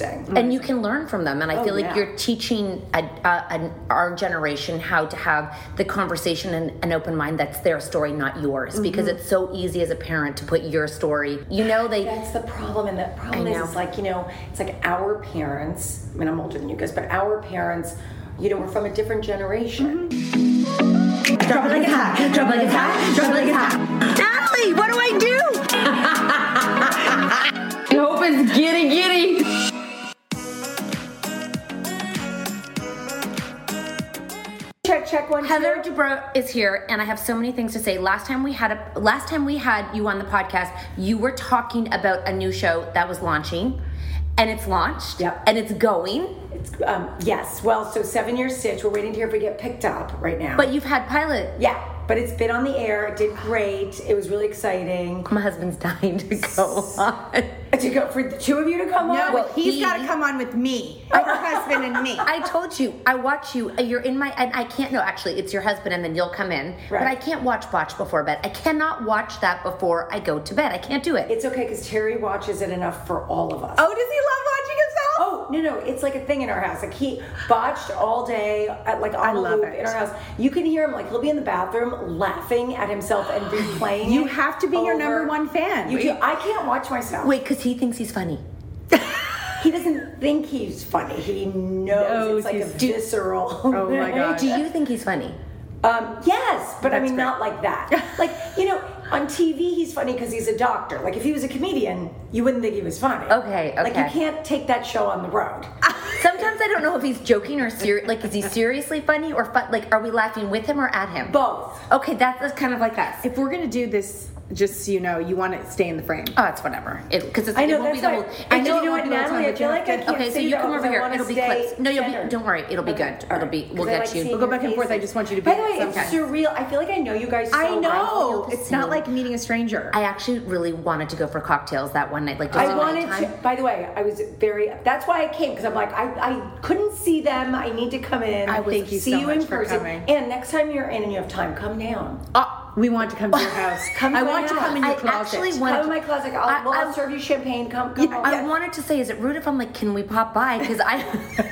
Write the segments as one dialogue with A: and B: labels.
A: and you can learn from them and i
B: Oh,
A: feel like you're teaching a, a, an, our generation how to have the conversation and an open mind that's their story not yours
B: Mm-hmm.
A: because it's so easy as a parent to put your story you know they
B: That's the problem, and the problem is, it's like you know, it's like our parents. I mean, I'm older than you guys, but our parents, you know, were from a different generation.
A: Mm-hmm.
C: Drop it like it's hot. Drop it like it's hot. Drop it like it's hot. Natalie, what do I do?
D: Hope it's giddy giddy.
B: Check, check, one,
E: on
A: Heather
E: too?
A: Dubrow is here, and I have so many things to say. Last time we had a last time we had you on the podcast, you were talking about a new show that was launching, and it's launched,
B: Yep.
A: and it's going.
B: It's, um, yes. Well, so seven year stitch. We're waiting to hear if we get picked up right now.
A: But you've had pilot.
B: yeah, but it's been on the air. It did great. It was really exciting.
A: My husband's dying to go on.
B: To go for the two of you to come on.
A: Well,
C: he's
A: he-
C: got to come on with me, her husband and me.
A: I told you, I watch you. uh, You're in my, and I can't. No, actually, it's your husband, and then you'll come in. But
B: Right.
A: I can't watch Botch before bed. I cannot watch that before I go to bed. I can't do it.
B: It's okay because Terry watches it enough for all of us.
C: oh, does he love watching himself?
B: Oh no no! It's like a thing in our house. Like he botched all day, at, like on
C: I
B: the
C: love
B: loop
C: it.
B: in our house. You can hear him like he'll be in the bathroom laughing at himself and replaying.
C: You
B: it
C: have to be your number
B: over-
C: one fan.
B: You do. I can't watch myself.
A: Wait, because he thinks he's funny.
B: he doesn't think he's funny. He knows
C: Knows
B: it's like a
C: he's- Do-
B: visceral.
C: Oh my God.
A: Do you think he's funny?
B: Um, yes, but I
C: That's
B: mean
C: great.
B: not like that. Like you know, on TV he's funny because he's a doctor. Like if he was a comedian, you wouldn't think he was funny.
A: Okay,
B: Like you
A: okay.
B: can't take that show on the road.
A: Sometimes I don't know if he's joking or serious. Like, is he seriously funny or fun? Like, are we laughing with him or at him?
B: Both.
A: Okay, that's, that's kind of like us.
C: If we're gonna do this, just so you know, you want to stay in the frame.
A: Oh, it's whatever. Because it's
B: I know,
A: it won't be the
B: that's
A: whole.
B: why-
A: I
B: and you
A: know
B: know
A: it won't
B: what,
A: be the whole
B: Natalie,
A: time,
B: I
A: but
B: feel
A: you
B: like
A: have
B: I
A: to-
B: can't
A: Okay, so
B: see
A: you
B: that
A: come over
B: because I
A: here.
B: wanna
A: It'll be
B: stay
A: clips. No, you'll be.
B: centered.
A: Don't worry. It'll be
B: Okay,
A: good.
B: all
A: It'll
B: right.
A: be. We'll
B: 'Cause I
A: get
B: like
A: you.
B: seeing
C: We'll go
B: your
C: back and forth. I
B: faces.
C: just want you to be
B: By the way,
C: sometimes.
B: it's surreal. I feel like I know you guys. So
C: I know.
B: well.
C: It's not like meeting a stranger.
A: I actually really wanted to go for cocktails that one night. Like, just
B: I wanted to. By the way, I was very. That's why I came because I'm like I, I couldn't see them. I need to come in.
C: I was- Thank you
B: see
C: so
B: you
C: much
B: in
C: for
B: person.
C: coming.
B: And next time you're in and you have time, come down.
C: we want to come to your house.
B: Come
C: I
B: to my
C: want to
B: house.
C: come in your
A: I
C: closet.
A: actually want-
B: come in my closet. I'll,
A: I-
B: well, I'll
A: I- um,
B: serve you champagne. Come, come. on.
A: I wanted to say, is it rude if I'm like, can we pop by? Because I.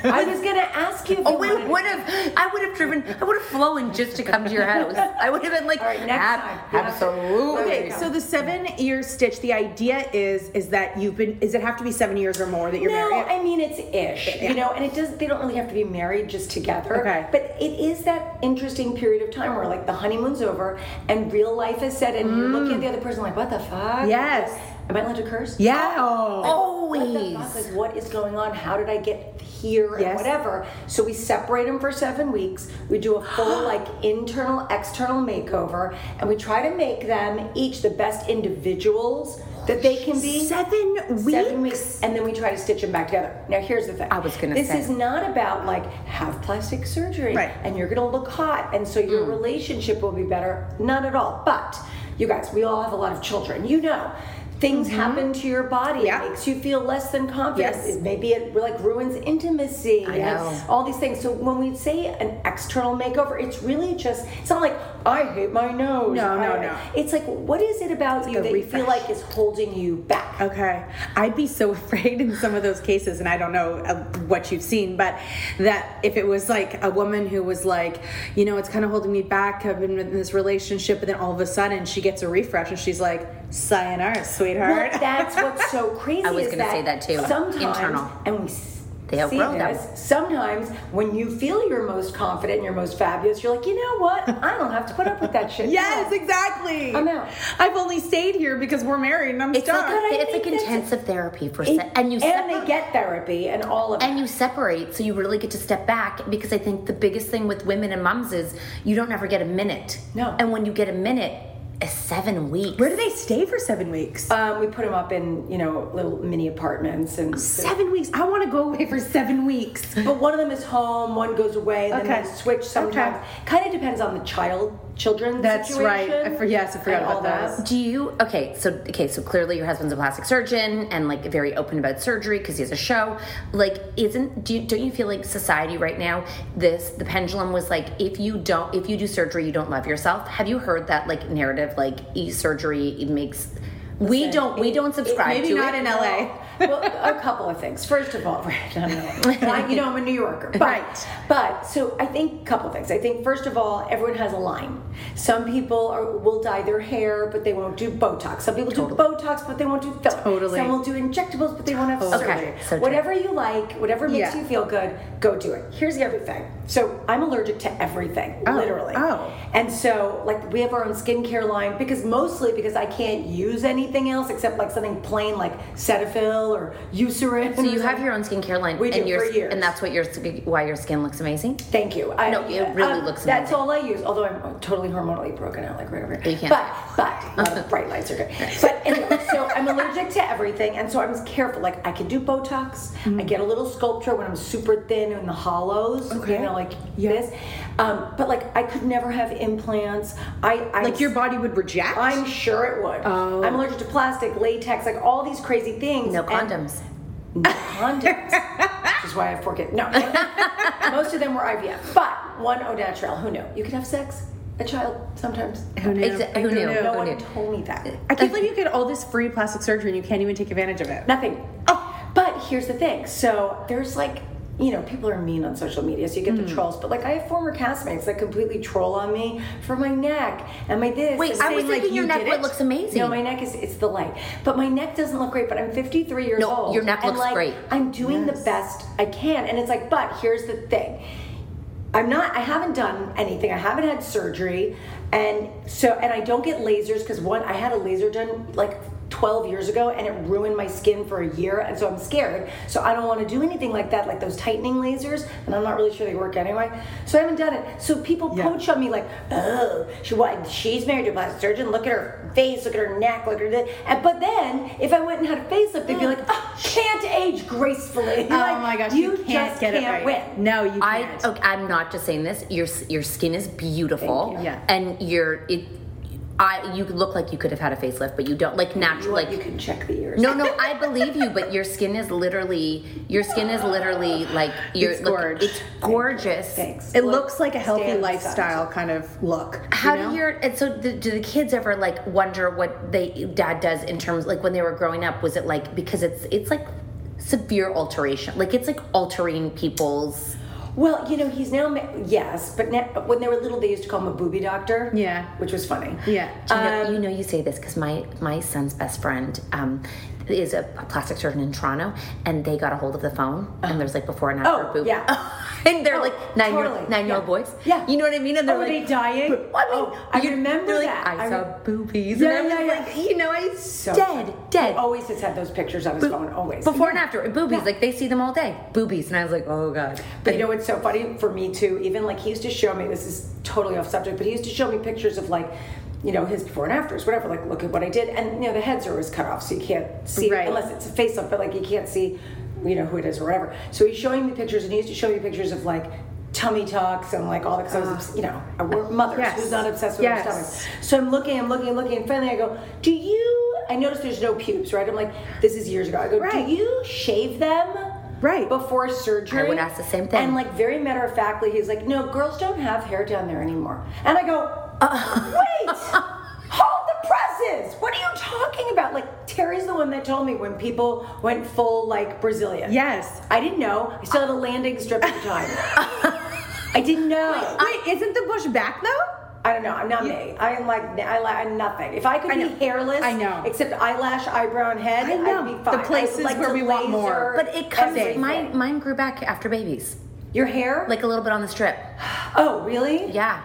B: I was gonna ask you. If
A: Oh,
B: you
A: we
B: wanted to-
A: would have. I would have driven. I would have flown just to come to your house. I would have been like,
B: All right, next
A: ab-
B: time. You have to-
A: absolutely.
C: Okay, so the seven year stitch. The idea is is that you've been. Is it have to be seven years or more that you're
B: No,
C: married?
B: I mean it's ish, you know, and it does. They don't really have to be married just together.
C: Okay.
B: But it is that interesting period of time where like the honeymoon's over and real life is set, and you're looking at the other person like, what the fuck?
C: Mm. Yes.
B: Am I allowed to curse?
C: yeah. Oh.
B: What the fuck?
A: Always.
B: Like, what is going on? How did I get here? And
C: Yes.
B: whatever. So we separate them for seven weeks. We do a full like internal, external makeover, and we try to make them each the best individuals that they can be.
C: Seven
B: Seven
C: weeks?
B: weeks, and then we try to stitch them back together. Now, here's the thing.
A: I was gonna
B: This
A: say.
B: is not about like have plastic surgery,
C: Right. Mm.
B: And you're gonna look hot, and so your relationship will be better. Not at all. But you guys, we all have a lot of children. You know, things happen to your body.
C: Mm-hmm. Yeah.
B: It makes you feel less than confident.
C: Yes.
B: It- Maybe it like ruins intimacy. I
A: know.
B: all these things. So when we say an external makeover, it's really just. It's not like I hate my nose.
C: No, no,
B: I-
C: no.
B: It's like what is it about you
C: a
B: that you feel
C: refresh.
B: like is holding you back?
C: Okay. I'd be so afraid in some of those cases, and I don't know uh, what you've seen, but that if it was like a woman who was like, you know, it's kind of holding me back. I've been in this relationship, but then all of a sudden she gets a refresh and she's like, sayonara, sweetheart.
B: Well, that's what's so crazy.
A: I was
B: is
A: gonna say that too.
B: Sometimes,
A: Internal.
B: and we s-
A: They
B: see
A: outgrow them.
B: this. Sometimes, when you feel you're most confident and you're most fabulous, you're like, you know what? I don't have to put up with that shit.
C: yes, exactly.
B: I'm out.
C: I've only stayed here because we're married and I'm
A: It's like
C: stuck.
B: But I
A: it's
B: think
A: like
B: that's-
A: intensive therapy for
B: It-
A: se- and you
B: and
A: separate
B: they get therapy and all of it.
A: and you separate so you really get to step back because i think the biggest thing with women and moms is you don't ever get a minute
B: No.
A: and when you get a minute it's seven weeks
C: Where do they stay for seven weeks?
B: um, we put them up in you know little mini apartments and.
C: Oh, seven weeks. I want to go away for seven weeks.
B: But one of them is home, one goes away, and
C: Okay.
B: then they switch sometimes. Kind of depends on the child, children.
C: That's right.
B: situation
C: I for- yes, I forgot
B: and all
C: about those.
B: that.
A: do you okay so okay so clearly your husband's a plastic surgeon and like very open about surgery because he has a show like isn't do you, don't you feel like society right now this the pendulum was like if you don't if you do surgery you don't love yourself have you heard that like narrative like e surgery it makes we don't we don't subscribe
C: maybe
A: to
C: not
A: it.
C: in LA.
B: well, a couple of things. First of all, right? I don't know. I, you know, I'm a New Yorker, but,
C: Right.
B: But so I think a couple things. I think first of all, everyone has a line. Some people are, will dye their hair, but they won't do Botox. Some people do Botox, but they won't do filler.
C: Totally.
B: Some will do injectables, but they won't have
A: Okay,
B: surgery.
A: so true.
B: Whatever you like, whatever makes
C: Yeah.
B: you feel good, go do it. Here's the other thing. So I'm allergic to everything, literally.
C: Oh.
B: And so, like, we have our own skincare line because mostly because I can't use anything anything else except like something plain like Cetaphil or Eucerin.
A: So you have your own skincare line.
B: We do,
A: and your,
B: for years.
A: And that's what your why your skin looks amazing.
B: Thank you. I,
A: No, it really
B: uh,
A: looks
B: That's
A: amazing.
B: all I use, although I'm totally hormonally broken out, like right over here.
A: You can't.
B: But, but, no, bright lights are good. But anyway, so I'm allergic to everything, and so I'm careful. Like, I can do Botox.
A: Mm-hmm.
B: I get a little sculpture when I'm super thin in the hollows, you know, like this. Um, but, like, I could never have implants. I, I
C: Like your body would reject.
B: I'm sure it would. Oh. I'm allergic to plastic, latex, like all these crazy things.
A: No
B: and-
A: condoms.
B: condoms. which is why I forget. No. Most of them were IVF. But one au naturel. Who knew? You could have sex, a child, sometimes. Who
C: knew?
A: Exa- who
C: I
A: knew?
C: don't
B: No
C: Who
B: one
A: knew?
B: told me that.
C: I can't believe you get all this free plastic surgery and you can't even take advantage of it.
B: Nothing. Oh, but here's the thing. So there's like, you know, people are mean on social media, so you get
A: Hmm.
B: the trolls. But like, I have former castmates that completely troll on me for my neck and my this.
A: Wait,
B: and
A: I
B: saying,
A: was
B: like,
A: thinking your
B: you
A: neck
B: did
A: would
B: it.
A: looks amazing.
B: No, my neck is it's the light, but my neck doesn't look great. But I'm 53 years
A: No,
B: old.
A: your neck
B: and
A: looks
B: like,
A: great.
B: I'm doing the best I can, and it's like, but here's the thing. I'm not. I haven't done anything. I haven't had surgery, and so and I don't get lasers because one, I had a laser done like 12 years ago, and it ruined my skin for a year, and so I'm scared. So I don't want to do anything like that, like those tightening lasers, and I'm not really sure they work anyway. So I haven't done it. So people poach on me like, oh, she what? She's married to a plastic surgeon. Look at her face. Look at her neck. Look at her. This. And, but then if I went and had a facelift, they'd be like, oh, can't age gracefully.
C: Oh my gosh, you, can't
B: just
C: get
B: can't
C: it right.
B: Win.
C: No, you
A: I
C: can't.
A: okay, I'm not just saying this. Your your skin is beautiful,
C: you. Yeah.
A: and you're it. I you look like you could have had a facelift, but you don't. Like natural, like
B: you can check the ears.
A: No, no, I believe you, but your skin is literally your skin is literally like your
C: It's
A: look-
C: gorge.
A: It's gorgeous.
B: Thanks.
C: It looks like a healthy
B: Stand
C: lifestyle kind of look.
A: How
C: you know?
A: do your and so the, do the kids ever like wonder what they dad does in terms like when they were growing up? Was it like because it's it's like severe alteration, like it's like altering people's.
B: Well, you know, he's now ma- yes, but now, when they were little, they used to call him a booby doctor.
C: Yeah.
B: which was funny.
C: Yeah.
A: You know,
B: Um,
A: you know, you say this because my my son's best friend um, is a, a plastic surgeon in Toronto, and they got a hold of the phone, and there's like before and after
B: Oh,
A: boob.
B: yeah.
A: and they're
B: Oh,
A: like nine year
B: totally,
A: nine year old
B: yeah.
A: boys.
B: Yeah.
A: you know what I mean. And they're
B: Oh, were
A: like
B: they dying?
A: I mean,
B: Oh, I
A: you-
B: remember
A: they're like,
B: that.
A: I,
B: I
A: saw
B: rem-
A: boobies.
B: Yeah,
A: and I was
B: yeah, yeah.
A: like, you know, I
B: So
A: dead,
B: He
A: dead.
B: always has had those pictures on his phone. Always
A: Before and after boobies, like they see them all day. Boobies, and I was like, oh god.
B: But you know what's so funny for me too? Even like he used to show me. This is totally off subject, but he used to show me pictures of like. You know his before and afters, whatever. Like, look at what I did, and you know the heads are always cut off, so you can't see
C: Right.
B: unless it's a face up. But like, you can't see, you know, who it is or whatever. So he's showing me pictures, and he used to show me pictures of like tummy tucks and like all that. Because I was, obs- you know, we're mothers
C: Ah. Yes.
B: who's not obsessed with
C: Yes.
B: their stomachs. So I'm looking, I'm looking, I'm looking, and finally I go, Do you? I notice there's no pubes, right? I'm like, This is years ago. I go,
C: Right.
B: Do you shave them?
C: Right.
B: Before surgery?
A: I would ask the same thing.
B: And like, very matter of factly, he's like, No, girls don't have hair down there anymore. And I go, Wait! Hold the presses! What are you talking about? Like, Terry's the one that told me when people went full, like, Brazilian.
C: Yes.
B: I didn't know. I still had a landing strip at the time. I didn't know.
C: Wait, isn't the bush back though?
B: I don't know. I'm not me. I am like I like I'm nothing. If I could
C: I know.
B: be hairless,
C: I know.
B: except eyelash, eyebrow, and head,
C: I know.
B: would be
C: The
B: fine. I would
C: places
B: like
C: where
B: to
C: we want
B: laser
C: more.
A: but it comes.
B: everything.
A: Mine, mine grew back after babies,
B: your hair,
A: like a little bit on the strip.
B: oh really?
A: Yeah,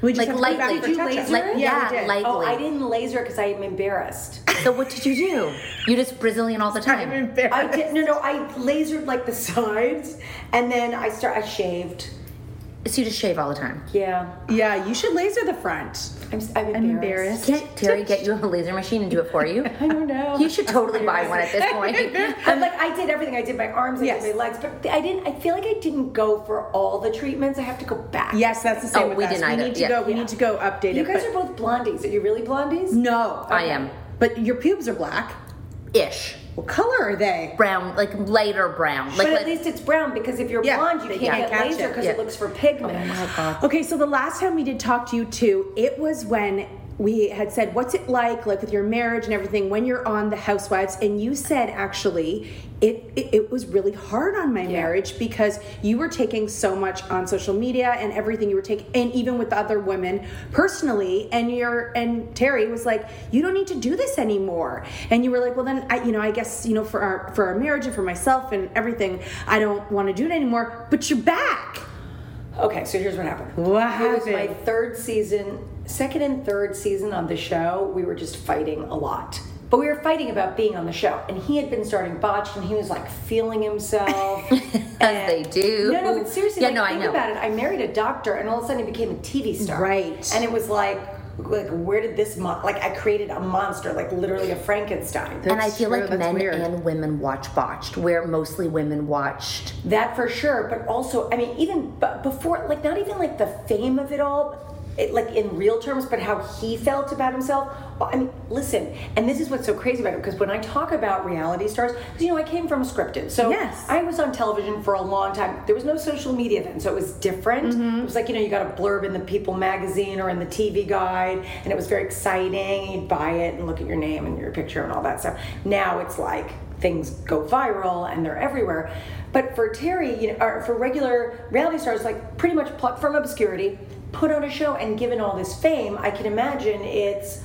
C: We just
A: like
C: have to go back
A: lightly.
C: for
B: Did you
C: touch-up.
B: laser?
A: Like,
B: it?
A: yeah,
C: we did.
A: lightly.
B: Oh, I didn't laser because I am embarrassed.
A: So what did you do? You just Brazilian all the time.
B: I did no no. I lasered like the sides, and then I start. I shaved.
A: So you just shave all the time.
B: Yeah,
C: Yeah, you should laser the front.
B: I'm. s- I'm embarrassed.
C: I'm embarrassed.
A: Can't Terry get you a laser machine and do it for you? I
B: don't know.
A: You should totally buy one at this point.
B: I'm like I did everything. I did my arms. I
C: Yes.
B: did my legs, but I didn't. I feel like I didn't go for all the treatments. I have to go back.
C: Yes, that's the same
A: Oh,
C: with
A: we
C: us.
A: didn't
C: we
A: either.
C: need to
A: Yeah.
C: go. We need to go update
B: You
C: it.
B: guys
C: but-
B: are both blondies. Are you really blondies?
C: no,
A: I am.
C: But your pubes are black.
A: Ish.
C: What color are they?
A: Brown, like lighter brown. Like,
B: But at
A: like-
B: least it's brown because if you're
C: Yeah,
B: blonde, you
C: they
B: can't,
C: can't
B: get
C: catch
B: laser
C: it.
B: because it
A: Yeah.
B: looks for pigment.
C: Okay, so the last time we did talk to you too, it was when we had said, What's it like, like with your marriage and everything, when you're on The Housewives? And you said, actually, it, it, it was really hard on my marriage because you were taking so much on social media and everything you were taking, and even with the other women personally. And your and Terry was like, you don't need to do this anymore. And you were like, well, then I, you know, I guess you know for our for our marriage and for myself and everything, I don't want to do it anymore. But you're back.
B: Okay, so here's what happened.
C: What
B: It was my
C: happened?
B: third season, second and third season on the show. We were just fighting a lot. But we were fighting about being on the show, and he had been starting botched, and he was like feeling himself.
A: As they do.
B: No, no, but seriously,
A: Yeah,
B: like,
A: no, I
B: think
A: know.
B: about it. I married a doctor, and all of a sudden he became a TV star.
C: Right.
B: And it was like, like where did this mon- like I created a monster, like literally a Frankenstein.
A: and I feel
C: true,
A: like
C: that's
A: men
C: weird.
A: and women watch botched, where mostly women watched.
B: That for sure, but also, I mean, even b- before, like, not even like the fame of it all, it, like in real terms, but how he felt about himself. Oh, I mean, listen, and this is what's so crazy about it because when I talk about reality stars, because you know, I came from scripted, so
C: Yes.
B: I was on television for a long time. There was no social media then, so it was different. It was like you know, you got a blurb in the People magazine or in the TV guide, and it was very exciting. and You'd buy it and look at your name and your picture and all that stuff. Now it's like things go viral and they're everywhere. But for Terry, you know, or for regular reality stars, like pretty much plucked from obscurity, put on a show, and given all this fame, I can imagine it's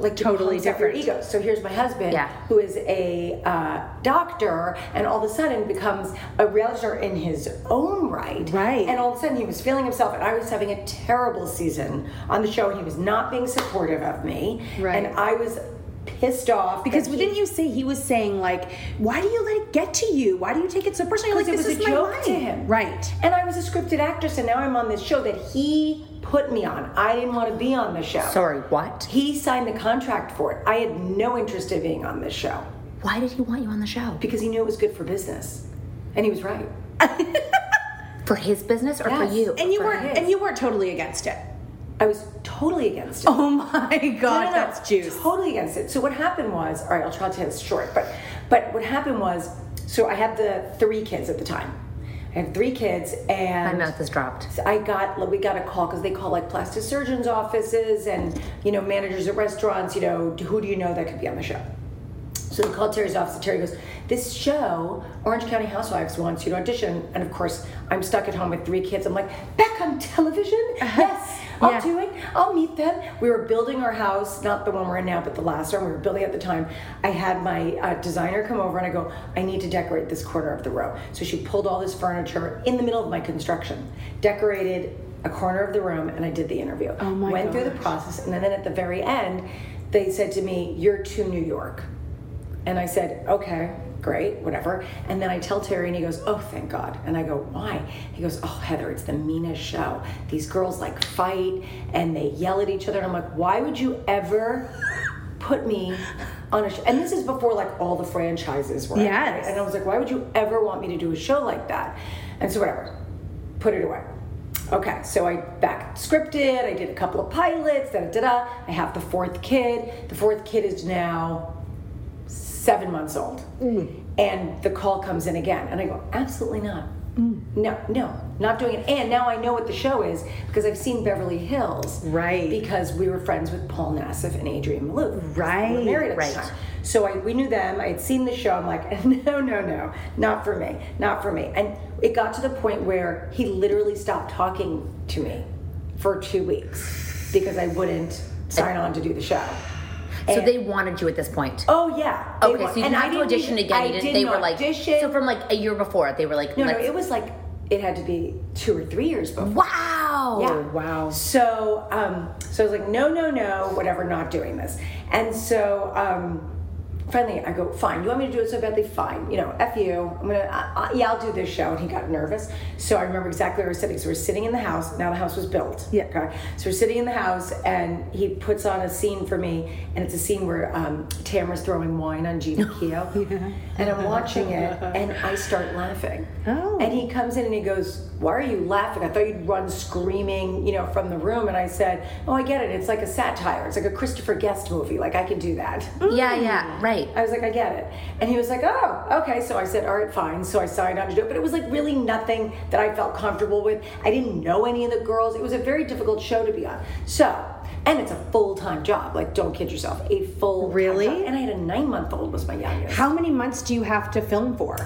B: like to
C: Totally
B: cleanse out your
C: different.
B: ego so here's my husband
A: Yeah.
B: who is a uh, doctor and all of a sudden becomes a realtor in his own right
C: Right.
B: and all of a sudden he was feeling himself and i was having a terrible season on the show he was not being supportive of me
C: Right.
B: and i was pissed off
C: Because
B: that he-
C: didn't you say he was saying like, why do you let it get to you? Why do you take it so personally? Like
B: because
C: this
B: it was
C: is
B: a
C: my
B: joke
C: life.
B: to him.
C: right?
B: And I was a scripted actress, and now I'm on this show that he put me on. I didn't want to be on the show.
A: Sorry, what?
B: He signed the contract for it. I had no interest in being on this show
A: Why did he want you on the show?
B: because he knew it was good for business, and he was right.
A: For his business or
B: Yes.
A: for you?
C: And you
A: For
C: weren't
A: his?
C: and you weren't totally against it.
B: I was totally against it.
C: Oh my god, that's juice.
B: Totally against it. So what happened was, all right, I'll try to tell this short, but but what happened was, so I had the three kids at the time. I had three kids,
A: Oh, My
B: and
A: mouth is dropped.
B: I got like, we got a call because they call like plastic surgeons' offices and you know managers at restaurants. You know who do you know that could be on the show? So they called Terry's office. and Terry goes, "This show, Orange County Housewives, wants you to audition." And of course, I'm stuck at home with three kids. I'm like, back on television? Yes, I'll
C: Yeah.
B: do it. I'll meet them. We were building our house, not the one we're in now, but the last one we were building at the time. I had my uh, designer come over, and I go, "I need to decorate this corner of the row." So she pulled all this furniture in the middle of my construction, decorated a corner of the room, and I did the interview. Oh
C: my
B: Went through the
C: gosh.
B: process, and then at the very end, they said to me, "You're to New York." And I said, okay, great, whatever. And then I tell Terry, and he goes, oh, thank God. And I go, why? He goes, oh, Heather, it's the meanest show. These girls like fight and they yell at each other. And I'm like, why would you ever put me on a show? And this is before like all the franchises were. out,
C: Yes.
B: right? And I was like, why would you ever want me to do a show like that? And so, whatever, put it away. Okay, so I back scripted, I did a couple of pilots, da da da. da. I have the fourth kid. The fourth kid is now seven months old.
C: Mm.
B: And the call comes in again. And I go, absolutely not.
C: Mm.
B: No, no, not doing it. And now I know what the show is because I've seen Beverly Hills.
C: Right.
B: Because we were friends with Paul Nassif and Adrian Malouf. We were
C: Right,
B: married at
A: right.
B: the time. So I, we knew them. I had seen the show. I'm like, no, no, no, not for me, not for me. And it got to the point where he literally stopped talking to me for two weeks because I wouldn't sign on to do the show.
A: So they wanted you at this point.
B: eh. Oh yeah. They
A: okay,
B: were-
A: so you
B: and
A: didn't
B: I
A: have to
B: didn't
A: audition
B: even-
A: again.
B: I
A: you didn't,
B: did
A: they
B: not
A: were like
B: audition.
A: so from like a year before. They were like,
B: no, no,
A: let's-
B: it was like it had to be two or three years before.
A: wow,
B: Yeah.
C: wow.
B: So, um, so I was like, no, no, no, whatever, not doing this. And so, um, finally, I go, fine. You want me to do it so badly? Fine. You know, f you. I'm gonna, I, I, yeah, I'll do this show. And he got nervous. So I remember exactly where we were sitting. So we're sitting in the house. Now the house was built.
C: Yeah.
B: Okay. So we're sitting in the house, and he puts on a scene for me, and it's a scene where um, Tamara's throwing wine on Gina Keo, and I'm watching it, and I start laughing.
C: Oh.
B: And he comes in and he goes, Why are you laughing? I thought you'd run screaming, you know, from the room. And I said, Oh, I get it. It's like a satire. It's like a Christopher Guest movie. Like, I can do that.
A: yeah, yeah, right.
B: I was like, I get it. And he was like, Oh, okay. So I said, All right, fine. So I signed on to do it. But it was like really nothing that I felt comfortable with. I didn't know any of the girls. It was a very difficult show to be on. So, and it's a full time job. Like, don't kid yourself. A full
C: Really?
B: And I had a nine month old was my youngest.
C: How many months do you have to film for?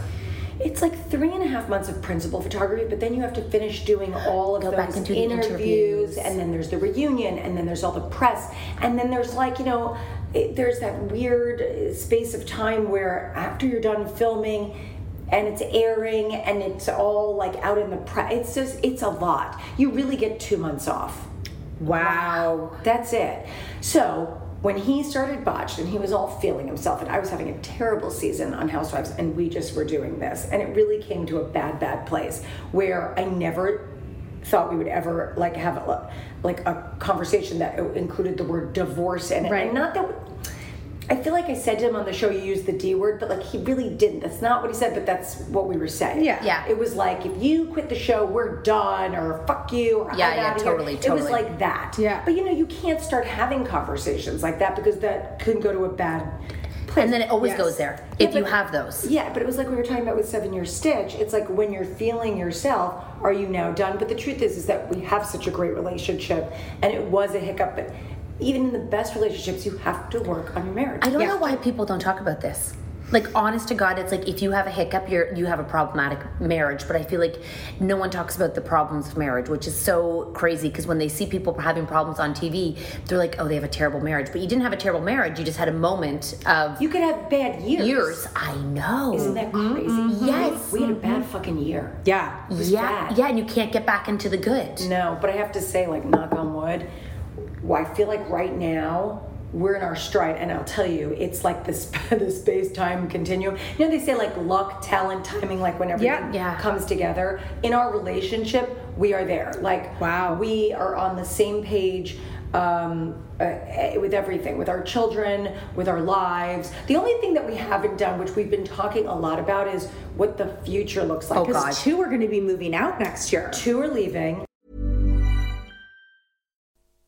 B: It's like three and a half months of principal photography, but then you have to finish doing all of
A: Go
B: those
A: back and do the
B: interviews,
A: interviews.
B: and then there's the reunion, and then there's all the press, and then there's like you know, it, there's that weird uh, space of time where after you're done filming, and it's airing, and it's all like out in the press. It's just it's a lot. You really get two months off.
C: Wow.
B: That's it. So when he started botched and he was all feeling himself and i was having a terrible season on housewives and we just were doing this and it really came to a bad bad place where i never thought we would ever like have a, like a conversation that included the word divorce in it
C: Right.
B: and not that I feel like I said to him on the show, you used the D word, but like he really didn't. That's not what he said, but that's what we were saying.
C: Yeah.
A: Yeah.
B: It was like, if you quit the show, we're done, or fuck you, or
A: Yeah,
B: I'm
A: yeah,
B: outta
A: totally,
B: here. It was
A: totally.
B: like that.
C: Yeah.
B: But you know, you can't start having conversations like that because that can go to a bad place.
A: And then it always
C: Yes.
A: goes there
B: Yeah,
A: if you
B: but-
A: have those.
B: Yeah, but it was like we were talking about with Seven Year Stitch. It's like when you're feeling yourself, are you now done? But the truth is, is that we have such a great relationship, and it was a hiccup. But even in the best relationships, you have to work on your marriage.
A: I don't know why people don't talk about this. Like honest to God, it's like if you have a hiccup, you're you have a problematic marriage. But I feel like no one talks about the problems of marriage, which is so crazy. Because when they see people having problems on TV, they're like, "Oh, they have a terrible marriage." But you didn't have a terrible marriage. You just had a moment of
B: You could have bad years.
A: years. I know.
B: Isn't that crazy?
A: Yes.
B: We had a bad fucking year.
C: Yeah.
A: yeah,
B: bad?
A: yeah, and you can't get back into the good.
B: No, but I have to say, like, knock on wood, well, I feel like right now we're in our stride, and I'll tell you, it's like this the space time continuum. You know, they say like luck, talent, timing, like when everything
A: Yeah.
B: comes together. In our relationship, we are there. Like,
C: Wow.
B: we are on the same page. Um, uh, eh, with everything, with our children, with our lives. The only thing that we haven't done, which we've been talking a lot about, is what the future looks like.
A: Oh,
B: 'Cause
A: God.
C: Two are going to be moving out next year.
B: Two are leaving,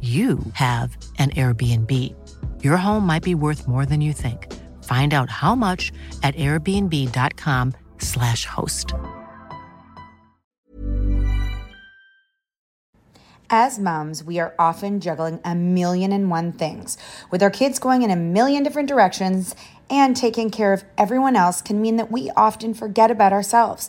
F: you have an Airbnb. Your home might be worth more than you think. Find out how much at airbnb.com/slash host.
E: As moms, we are often juggling a million and one things. With our kids going in a million different directions and taking care of everyone else can mean that we often forget about ourselves.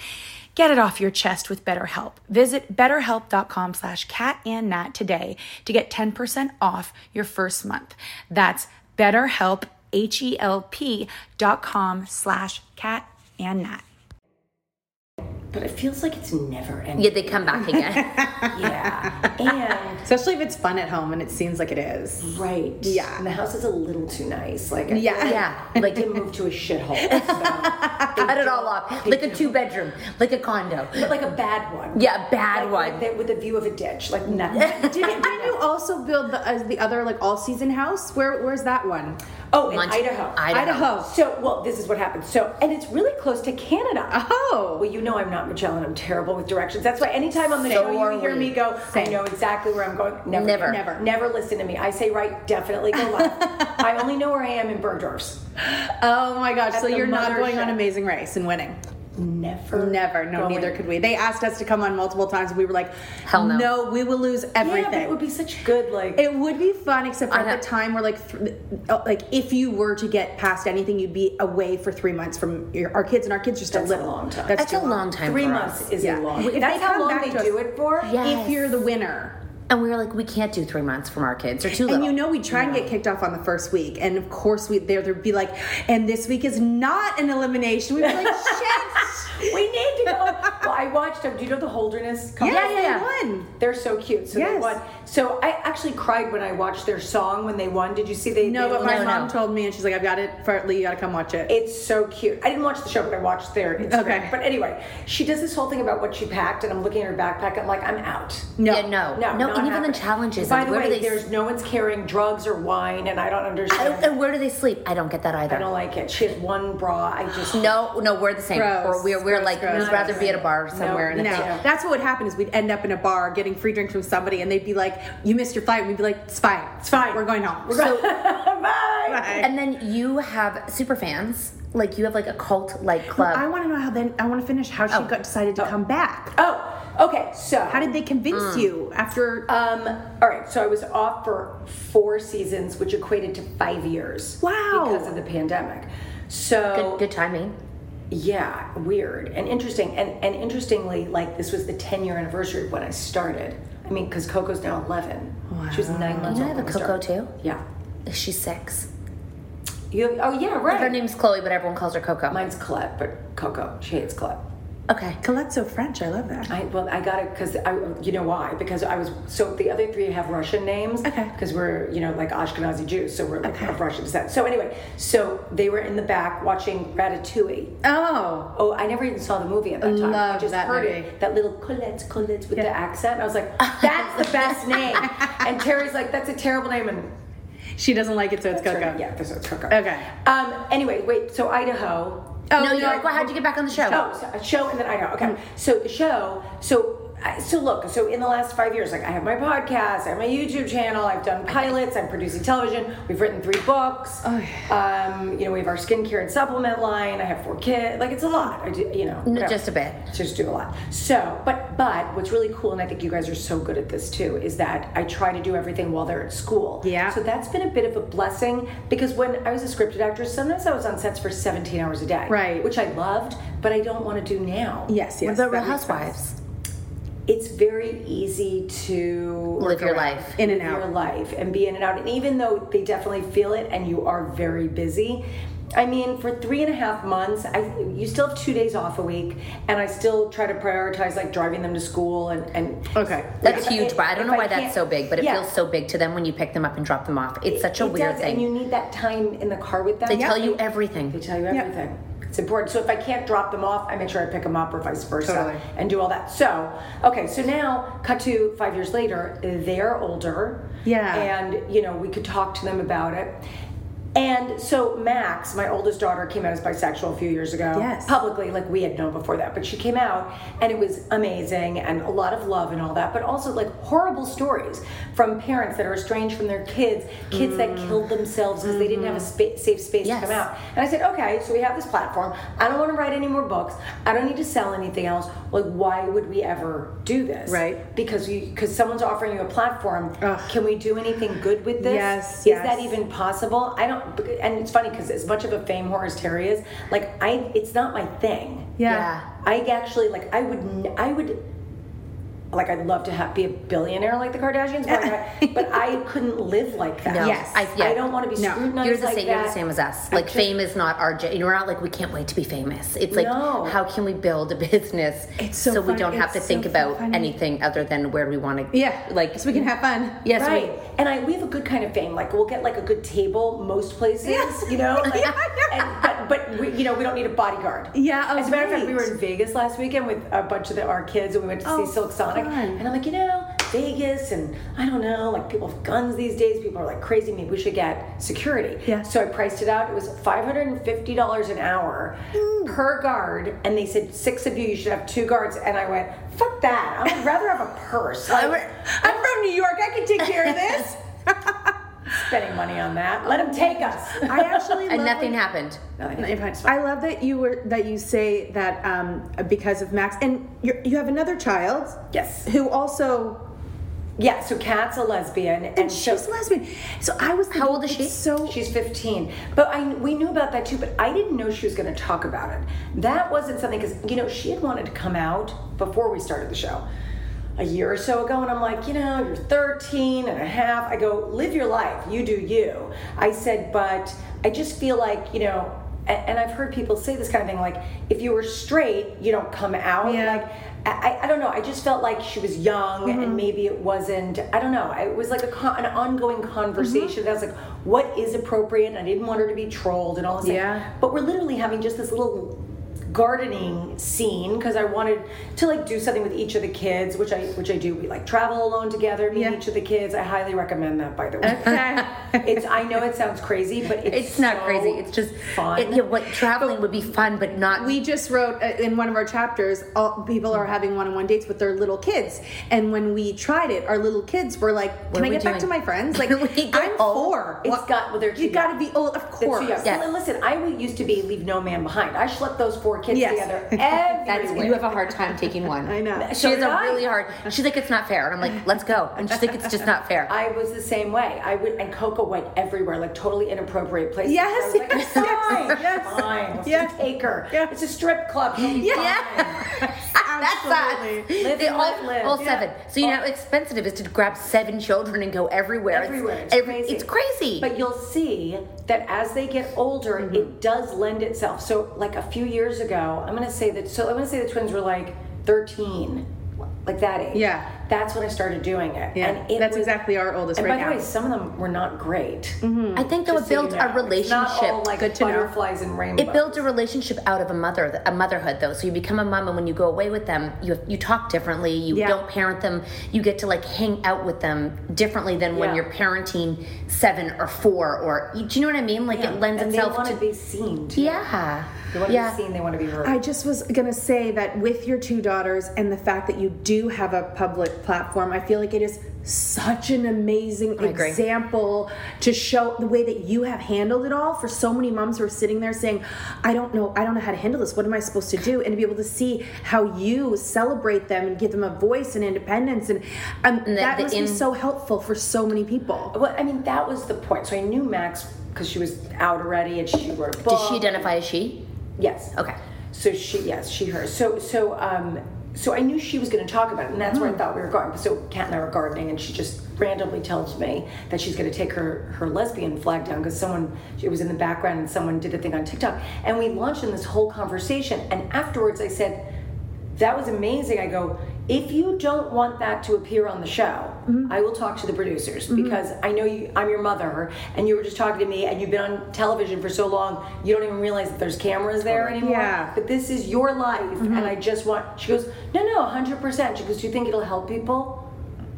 C: Get it off your chest with BetterHelp. Visit betterhelp.com slash catandnat today to get 10% off your first month. That's betterhelp, H-E-L-P dot com slash catandnat.
B: But it feels like it's never ending.
A: Yeah, they come back again.
B: yeah. And
C: Especially if it's fun at home and it seems like it is.
B: right.
C: Yeah.
B: And the house is a little too nice. Like I
C: Yeah.
B: feel like
A: Yeah.
B: Like they moved to a shithole.
A: Cut it all off. Like a two bedroom, like a condo.
B: But like a bad one.
A: Yeah, bad
B: Like,
A: one.
B: that- with a view of a ditch. Like nothing.
C: Didn't, didn't you also build the, uh, the other like all season house? Where Where's that one?
B: Oh, in
A: Mont-
B: Idaho.
A: Idaho.
B: So, well, this is what happened. So, and it's really close to Canada.
C: Oh.
B: Well, you know I'm not Magellan. I'm terrible with directions. That's why anytime on the
A: So
B: show
A: are
B: you hear
A: we.
B: me go, I know exactly where I'm going. Never.
A: Never.
B: Never. Never listen to me. I say right, definitely go left. I only know where I am in Bergdorf's.
C: Oh my gosh.
B: At
C: so
B: the
C: you're not going
B: mothership.
C: on Amazing Race and winning.
B: Never.
C: Never. No,
B: going.
C: neither could we. They asked us to come on multiple times. We were like,
A: Hell no.
C: we will lose
B: Yeah,
C: everything.
B: but it would be such good, like.
C: It would be fun, except for
A: I know.
C: at the time where like, th- uh, like if you were to get past anything, you'd be away for three months from your, our kids, and our kids are still
B: That's a
C: little.
B: long time.
A: That's
C: too
A: a long time.
B: Three
A: for
B: months
A: us.
B: is
C: Yeah.
B: a long.
C: If
B: That's
C: they
B: how
C: come
B: long
C: back
B: they
C: to us-
B: do it for.
A: Yes.
C: If you're the winner,
A: And we were like, we can't do three months from our kids. They're too little.
C: and you know we try and get kicked off on the first week, and of course we there there'd be like, and this week is not an elimination. We'd be like, shit.
B: We need to go. well, I watched them. Do you know the Holderness? couple?
C: Yes, they won.
B: They're so cute. So they
C: Yes.
B: won. So I actually cried when I watched their song when they won. Did you see they?
C: No,
B: they
C: but my
B: won?
C: mom told me, and she's like, I've got it for Lee. You gotta come watch it.
B: It's so cute. I didn't watch the show, but I watched their Instagram.
C: Okay.
B: But anyway, she does this whole thing about what she packed, and I'm looking at her backpack. I'm like, I'm out.
C: no.
A: Yeah, no.
B: No,
A: no,
B: not
A: and even the
B: happening.
A: challenges.
B: By
A: like,
B: the
A: where
B: way,
A: do they
B: there's no one's carrying drugs or wine, and I don't
A: I
B: understand.
A: don't- and where do they sleep? I don't get that either.
B: I don't like it. She has one bra. I just
A: No, no, we're the same.
C: Gross.
A: Or we're we're
C: Gross,
A: like
C: gross,
A: we'd rather be at a bar somewhere. and
C: No,
A: it's-
C: that's what would happen is we'd end up in a bar getting free drinks from somebody, and they'd be like, "You missed your flight." And we'd be like, "It's fine, it's
B: fine.
C: We're going home." We're
B: Bye.
A: And then you have super fans. Like you have like a cult like club.
C: I want to know how then. I want to finish how she got decided to come back.
B: Oh, okay. So
C: How did they convince you after?
B: Um, all right, so I was off for four seasons, which equated to five years.
C: Wow.
B: Because of the pandemic. So
A: good, good timing.
B: yeah, weird and interesting. And and interestingly, like this was the ten year anniversary of when I started. I mean, because Coco's now eleven. She was nine months
A: You
B: old.
A: have a
B: when we
A: Coco
B: started.
A: too.
B: Yeah.
A: She's six.
B: You have, oh yeah, right.
A: Her name's Chloe, but everyone calls her Coco.
B: Mine's Colette, but Coco. She hates Colette.
C: Okay, Colette's so French. I love that.
B: I well, I got it because I, you know why? Because I was so the other three have Russian names. Okay. Because we're you know like Ashkenazi Jews, so we're like of Russian descent. So anyway, so they were in the back watching Ratatouille.
C: Oh.
B: Oh, I never even saw the movie at that time. I
C: Love
B: just
C: that
B: heard
C: movie.
B: it. That little Colette, Colette with the accent. I was like, that's the best name. And Terry's like, that's a terrible name, and
C: she doesn't like it, so it's Coco.
B: Yeah, that's it's Coco.
C: Okay.
B: Um. Anyway, wait. So Idaho.
C: Oh,
A: no,
C: no,
A: you're like, well, how'd you get back on the show? Mm-hmm.
B: Oh, so a show and then I know. Okay. So the show. So I- so look. So in the last five years, like I have my podcast, I have my YouTube channel, I've done pilots, I'm producing television. We've written three books.
A: Oh,
B: Um, you know, we have our skincare and supplement line. I have four kids. Like it's a lot. I do. You know,
A: No,
B: whatever.
A: just a bit.
B: Just do a lot. So, but but what's really cool, and I think you guys are so good at this too, is that I try to do everything while they're at school.
C: Yeah.
B: So that's been a bit of a blessing because when I was a scripted actress, sometimes I was on sets for 17 hours a day.
C: Right.
B: Which I loved, but I don't want to do now.
C: Yes, yes.
A: the
C: that
A: Real
C: makes sense.
A: Housewives.
B: It's very easy to
A: Live your
B: around.
A: life.
C: In and
B: Live
C: out.
B: Your life and be in and out. And even though they definitely feel it and you are very busy, I mean, for three and a half months, I you still have two days off a week, and I still try to prioritize like driving them to school and and
C: Okay.
A: That's
B: Yeah.
A: huge, but I don't
B: If
A: know
B: I
A: why
B: can't-
A: that's so big, but it
B: Yeah.
A: feels so big to them when you pick them up and drop them off. It's such a
B: it
A: weird
B: does,
A: thing.
B: And you need that time in the car with them.
A: they tell you everything.
B: They tell you everything. It's important. So if I can't drop them off, I make sure I pick them up or vice versa
C: Totally.
B: and do all that. So, okay, so now cut to five years later, they're older.
C: Yeah.
B: And, you know, we could talk to them about it. And so Max, my oldest daughter, came out as bisexual a few years ago.
C: Yes.
B: Publicly, like we had known before that. But she came out and it was amazing and a lot of love and all that. But also like horrible stories from parents that are estranged from their kids, kids that killed themselves because they didn't have a spa- safe space
A: Yes.
B: to come out. And I said, okay, so we have this platform. I don't want to write any more books. I don't need to sell anything else. Like, why would we ever do this?
C: Right.
B: Because you because someone's offering you a platform. Can we do anything good with this?
C: Yes,
B: Is
C: yes.
B: that even possible? I don't. And it's funny because as much of a fame whore as Terry is, like I, it's not my thing.
C: Yeah.
B: I actually like. I would. n- I would. Like I'd love to have, be a billionaire like the Kardashians, but I, but I couldn't live like that.
A: No.
C: Yes.
A: I, yeah.
B: I don't want to be
C: No.
B: scrutinized
A: You're the
B: like
A: same.
B: that.
A: You're the same as us. Like fame is not our. j- You're not like we can't wait to be famous. It's like
B: No.
A: how can we build a business
C: It's so
A: we
C: fun-
A: don't have to
C: it's
A: think
C: so
A: about
C: funny.
A: anything other than where we want to.
C: Yeah.
A: Like
C: so we can have fun.
A: Yes.
B: Right. And I we have a good kind of fame. Like we'll get like a good table most places, you know. Like,
C: Yeah, yeah.
B: And, but but we, you know we don't need a bodyguard.
C: Yeah, oh,
B: As a matter of fact,
C: right.
B: we were in Vegas last weekend with a bunch of the, our kids, and we went to
C: Oh,
B: see Silk Sonic.
C: fun.
B: And I'm like, you know, Vegas, and I don't know, like people have guns these days. People are like crazy. Maybe we should get security.
C: Yeah.
B: So I priced it out. It was five hundred and fifty dollars an hour per guard, and they said six of you, you should have two guards. And I went, fuck that. I would rather have a purse. Like,
C: I'm from New York. I can take care of this.
B: spending money on that. Let them take us.
C: I actually
A: And
C: love
A: nothing
C: when-
A: happened.
C: I love that you were that you say that um, because of Max, and you're, you have another child.
B: Yes.
C: Who also
B: Yeah, so Kat's a lesbian, and,
C: and she's lesbian. So I was thinking,
A: How old is she?
C: it's So
B: she's 15. But I we knew about that too, but I didn't know she was going to talk about it. That wasn't something because you know she had wanted to come out before we started the show. A year or so ago, and I'm like, you know, you're 13 and a half. I go, live your life, you do you. I said, but I just feel like, you know, a- and I've heard people say this kind of thing like, if you were straight, you don't come out.
C: Yeah.
B: Like, I, I don't know. I just felt like she was young,
A: Mm-hmm.
B: and maybe it wasn't. I don't know. It was like a con- an ongoing
A: Mm-hmm.
B: conversation. That was like, what is appropriate? And I didn't want her to be trolled and all this. thing.
C: Yeah.
B: But we're literally having just this little gardening scene because I wanted to like do something with each of the kids, which I which I do. We like travel alone together, meet
C: Yeah.
B: each of the kids. I highly recommend that. By the way, it's. I know it sounds crazy, but it's,
A: It's not
B: so
A: crazy. It's just
B: fun.
A: It, yeah, what traveling would be fun, but not.
C: we just wrote uh, in one of our chapters all people are having one-on-one dates with their little kids and when we tried it our little kids were like can
A: What are
C: i
A: we
C: get back to
A: doing?
C: my friends like
A: We go
C: i'm
A: old.
C: four
B: It's
C: What-
B: got- well, they're too
C: you gotta be old of
B: That's
C: course
B: true, yeah.
A: Yeah.
B: Well, and listen, I would- used to be leave no man behind. I schlepped those four kids
C: Yes.
B: together
A: That's,
B: everywhere.
A: you have a hard time taking one.
C: I know.
A: She
B: So
A: has
B: did
A: a
B: I.
A: really hard. She's like, it's not fair, and I'm like, let's go. And she's like, it's just not fair.
B: I was the same way. I would, and Coco went everywhere, like totally inappropriate places.
C: Yes,
B: I was like,
C: yes,
B: it's fine,
C: yes.
B: fine. Let's
C: Yeah.
B: just take her.
C: Yeah.
B: It's a strip club.
C: Yeah.
B: Fine.
C: I
A: That sucks.
B: Live
A: they
B: and
A: all,
B: let live.
A: all
B: Yeah.
A: seven. So you know how expensive it is to grab seven children and go everywhere.
B: everywhere. It's,
A: every-
B: crazy.
A: It's crazy.
B: But you'll see that as they get older,
C: Mm-hmm.
B: it does lend itself. So, like a few years ago, I'm gonna say that. So I'm gonna say the twins were like 13, like that age.
C: Yeah.
B: That's when I started doing it.
C: Yeah,
B: And it
C: that's
B: was-
C: exactly our oldest Mm-hmm.
B: And
C: right
B: by
C: now.
B: the way, some of them were not great.
A: I think though it
B: so you
A: builds
B: know.
A: a relationship.
B: It's not all like Good to know. butterflies and rainbows.
A: It builds a relationship out of a mother, a motherhood though. So you become a mom, and when you go away with them, you you talk differently. You
C: Yeah.
A: don't parent them. You get to like hang out with them differently than when
B: Yeah.
A: you're parenting seven or four or. Do you know what I mean? Like it lends
B: and
A: itself
B: they want
A: to.
B: to be seen. Too.
A: yeah.
B: They want to
A: yeah.
B: be seen. They want to be heard.
C: I just was gonna say that with your two daughters and the fact that you do have a public platform, I feel like it is such an amazing
A: agree.
C: example to show the way that you have handled it all for so many moms who are sitting there saying, I don't know, I don't know how to handle this. What am I supposed to do? And to be able to see how you celebrate them and give them a voice and independence and, um, that
A: the
C: must
A: in-
C: be so helpful for so many people.
B: Well, I mean, that was the point. So I knew Max because she was out already, and she wrote a book.
A: Does she identify as she?
B: Yes.
A: Okay.
B: So she, yes, she, her. So, so, um, so I knew she was going to talk about it, and that's
A: Hmm.
B: where I thought we were going. So Kat and I were gardening, and she just randomly tells me that she's going to take her her lesbian flag down because someone it was in the background, and someone did a thing on TikTok, and we launched in this whole conversation. And afterwards, I said, "That was amazing." I go. If you don't want that to appear on the show,
C: Mm-hmm.
B: I will talk to the producers because I know you, I'm your mother, and you were just talking to me, and you've been on television for so long, you don't even realize that there's cameras there anymore
C: Yeah. Mm-hmm.
B: but this is your life and I just want she goes, No, no, hundred percent. She goes, Do you think it'll help people?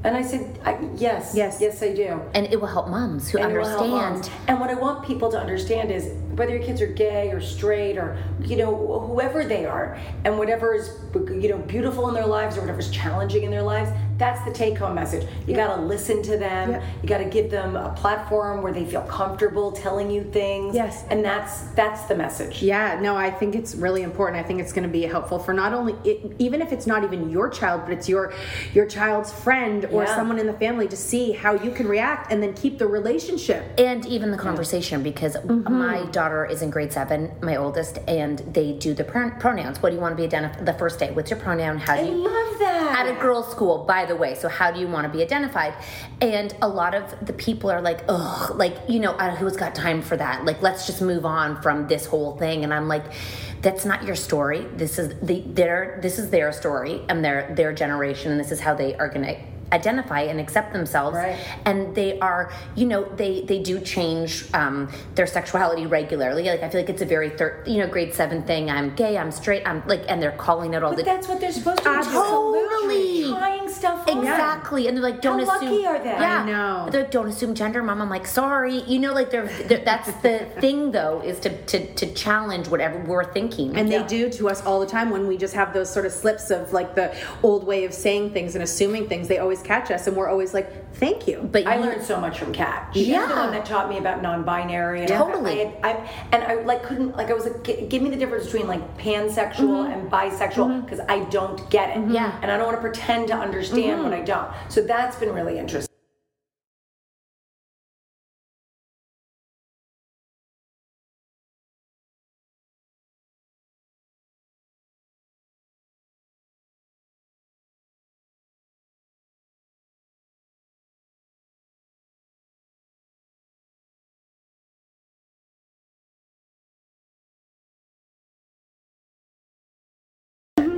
B: And I said, I, yes,
C: Yes.
B: yes, I do.
A: And it will help moms who
B: And it will help
A: understand.
B: moms. And what I want people to understand is whether your kids are gay or straight or you know wh- whoever they are, and whatever is you know beautiful in their lives or whatever's challenging in their lives, that's the take-home message. You got to listen to them.
C: Yeah.
B: You got to give them a platform where they feel comfortable telling you things.
C: Yes.
B: and that's that's the message.
C: Yeah, no, I think it's really important. I think it's going to be helpful for not only it, even if it's not even your child, but it's your your child's friend or
B: Yeah.
C: someone in the family to see how you can react and then keep the relationship.
A: and even the conversation because
B: Mm-hmm.
A: my daughter is in grade seven, my oldest, and they do the pron- pronouns. What do you want to be identified? The first day, what's your pronoun? How do
B: I
A: you
B: love that.
A: at a girls' school, by the way. So how do you want to be identified? And a lot of the people are like, ugh, like you know, uh, who's got time for that? Like, let's just move on from this whole thing. And I'm like, that's not your story. This is the their this is their story and their their generation, and this is how they are going to identify and accept themselves
B: Right.
A: and they are you know they they do change um, their sexuality regularly like i feel like it's a very thir- you know grade seven thing i'm gay i'm straight i'm like and they're calling out all the
B: But that's what they're supposed to be.
A: Absolutely.
B: doing. Trying stuff on.
A: Exactly, and they're like,
B: How
A: "Don't assume."
B: lucky are they?
A: Yeah,
C: I know.
A: They're like, "Don't assume gender, mom." I'm like, "Sorry," you know, like they're, they're that's the thing though is to, to to challenge whatever we're thinking.
C: And they do to us all the time when we just have those sort of slips of like the old way of saying things and assuming things. They always catch us, and we're always like, "Thank you."
A: but
B: I
A: you-
B: learned so much from Kat. She's yeah. the
A: Yeah.
B: one that taught me about non-binary. And
A: Totally.
B: I, had- I, and I like couldn't like I was like, "Gi- give me the difference between like pansexual and bisexual because I don't get it.
A: Mm-hmm. Yeah. Mm-hmm.
B: And I don't want to pretend to understand what I don't. So that's been really interesting.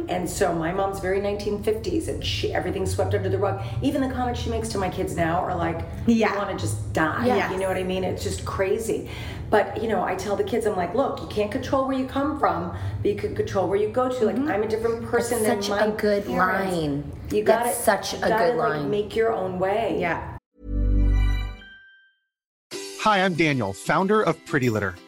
B: And so my mom's very 1950s, and she everything's swept under the rug. Even the comments she makes to my kids now are like,
C: Yeah.
B: "You want to just die."
C: Yeah.
B: You know what I mean? It's just crazy. But you know, I tell the kids, I'm like, "Look, you can't control where you come from, but you can control where you go to." Like, I'm a different person than
A: Mm-hmm. such
B: my
A: a good
B: parents.
A: line.
B: You got
A: That's
B: it.
A: such
B: you
A: a
B: gotta,
A: good
B: like,
A: line.
B: Make your own way.
C: yeah.
G: Hi, I'm Daniel, founder of Pretty Litter.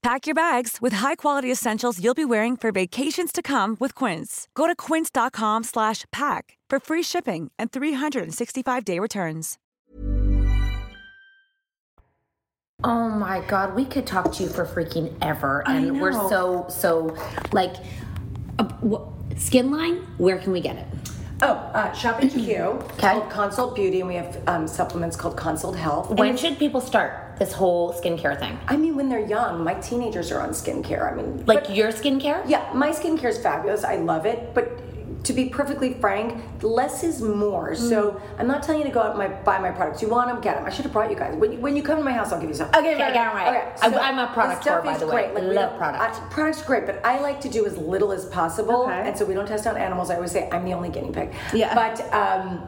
H: Pack your bags with high-quality essentials you'll be wearing for vacations to come with Quince. Go to quince.com slash pack for free shipping and 365-day returns.
A: Oh my God, we could talk to you for freaking ever. And we're
B: know.
A: so, so like, uh, wh- skin line, where can we get it?
B: Oh, uh, shop at Q. Called Consult Beauty, and we have um, supplements called Consult Health.
A: When should people start this whole skincare thing?
B: I mean, when they're young, my teenagers are on skincare. I mean,
A: Like your skincare?
B: Yeah, my skincare is fabulous. I love it. But to be perfectly frank, less is
A: Mm.
B: more. So I'm not telling you to go out and my, buy my products. You want them, get them. I should have brought you guys. When you, when you come to my house, I'll give you some.
A: Okay, I got 'em right. I'm- I'm a product
B: the
A: whore,
B: stuff
A: by
B: is
A: the way.
B: great. we
A: Love
B: don't-
A: products.
B: I, products are great, but I like to do as little as possible. And so we don't test on animals. I always say I'm the only guinea pig. Yeah. But um,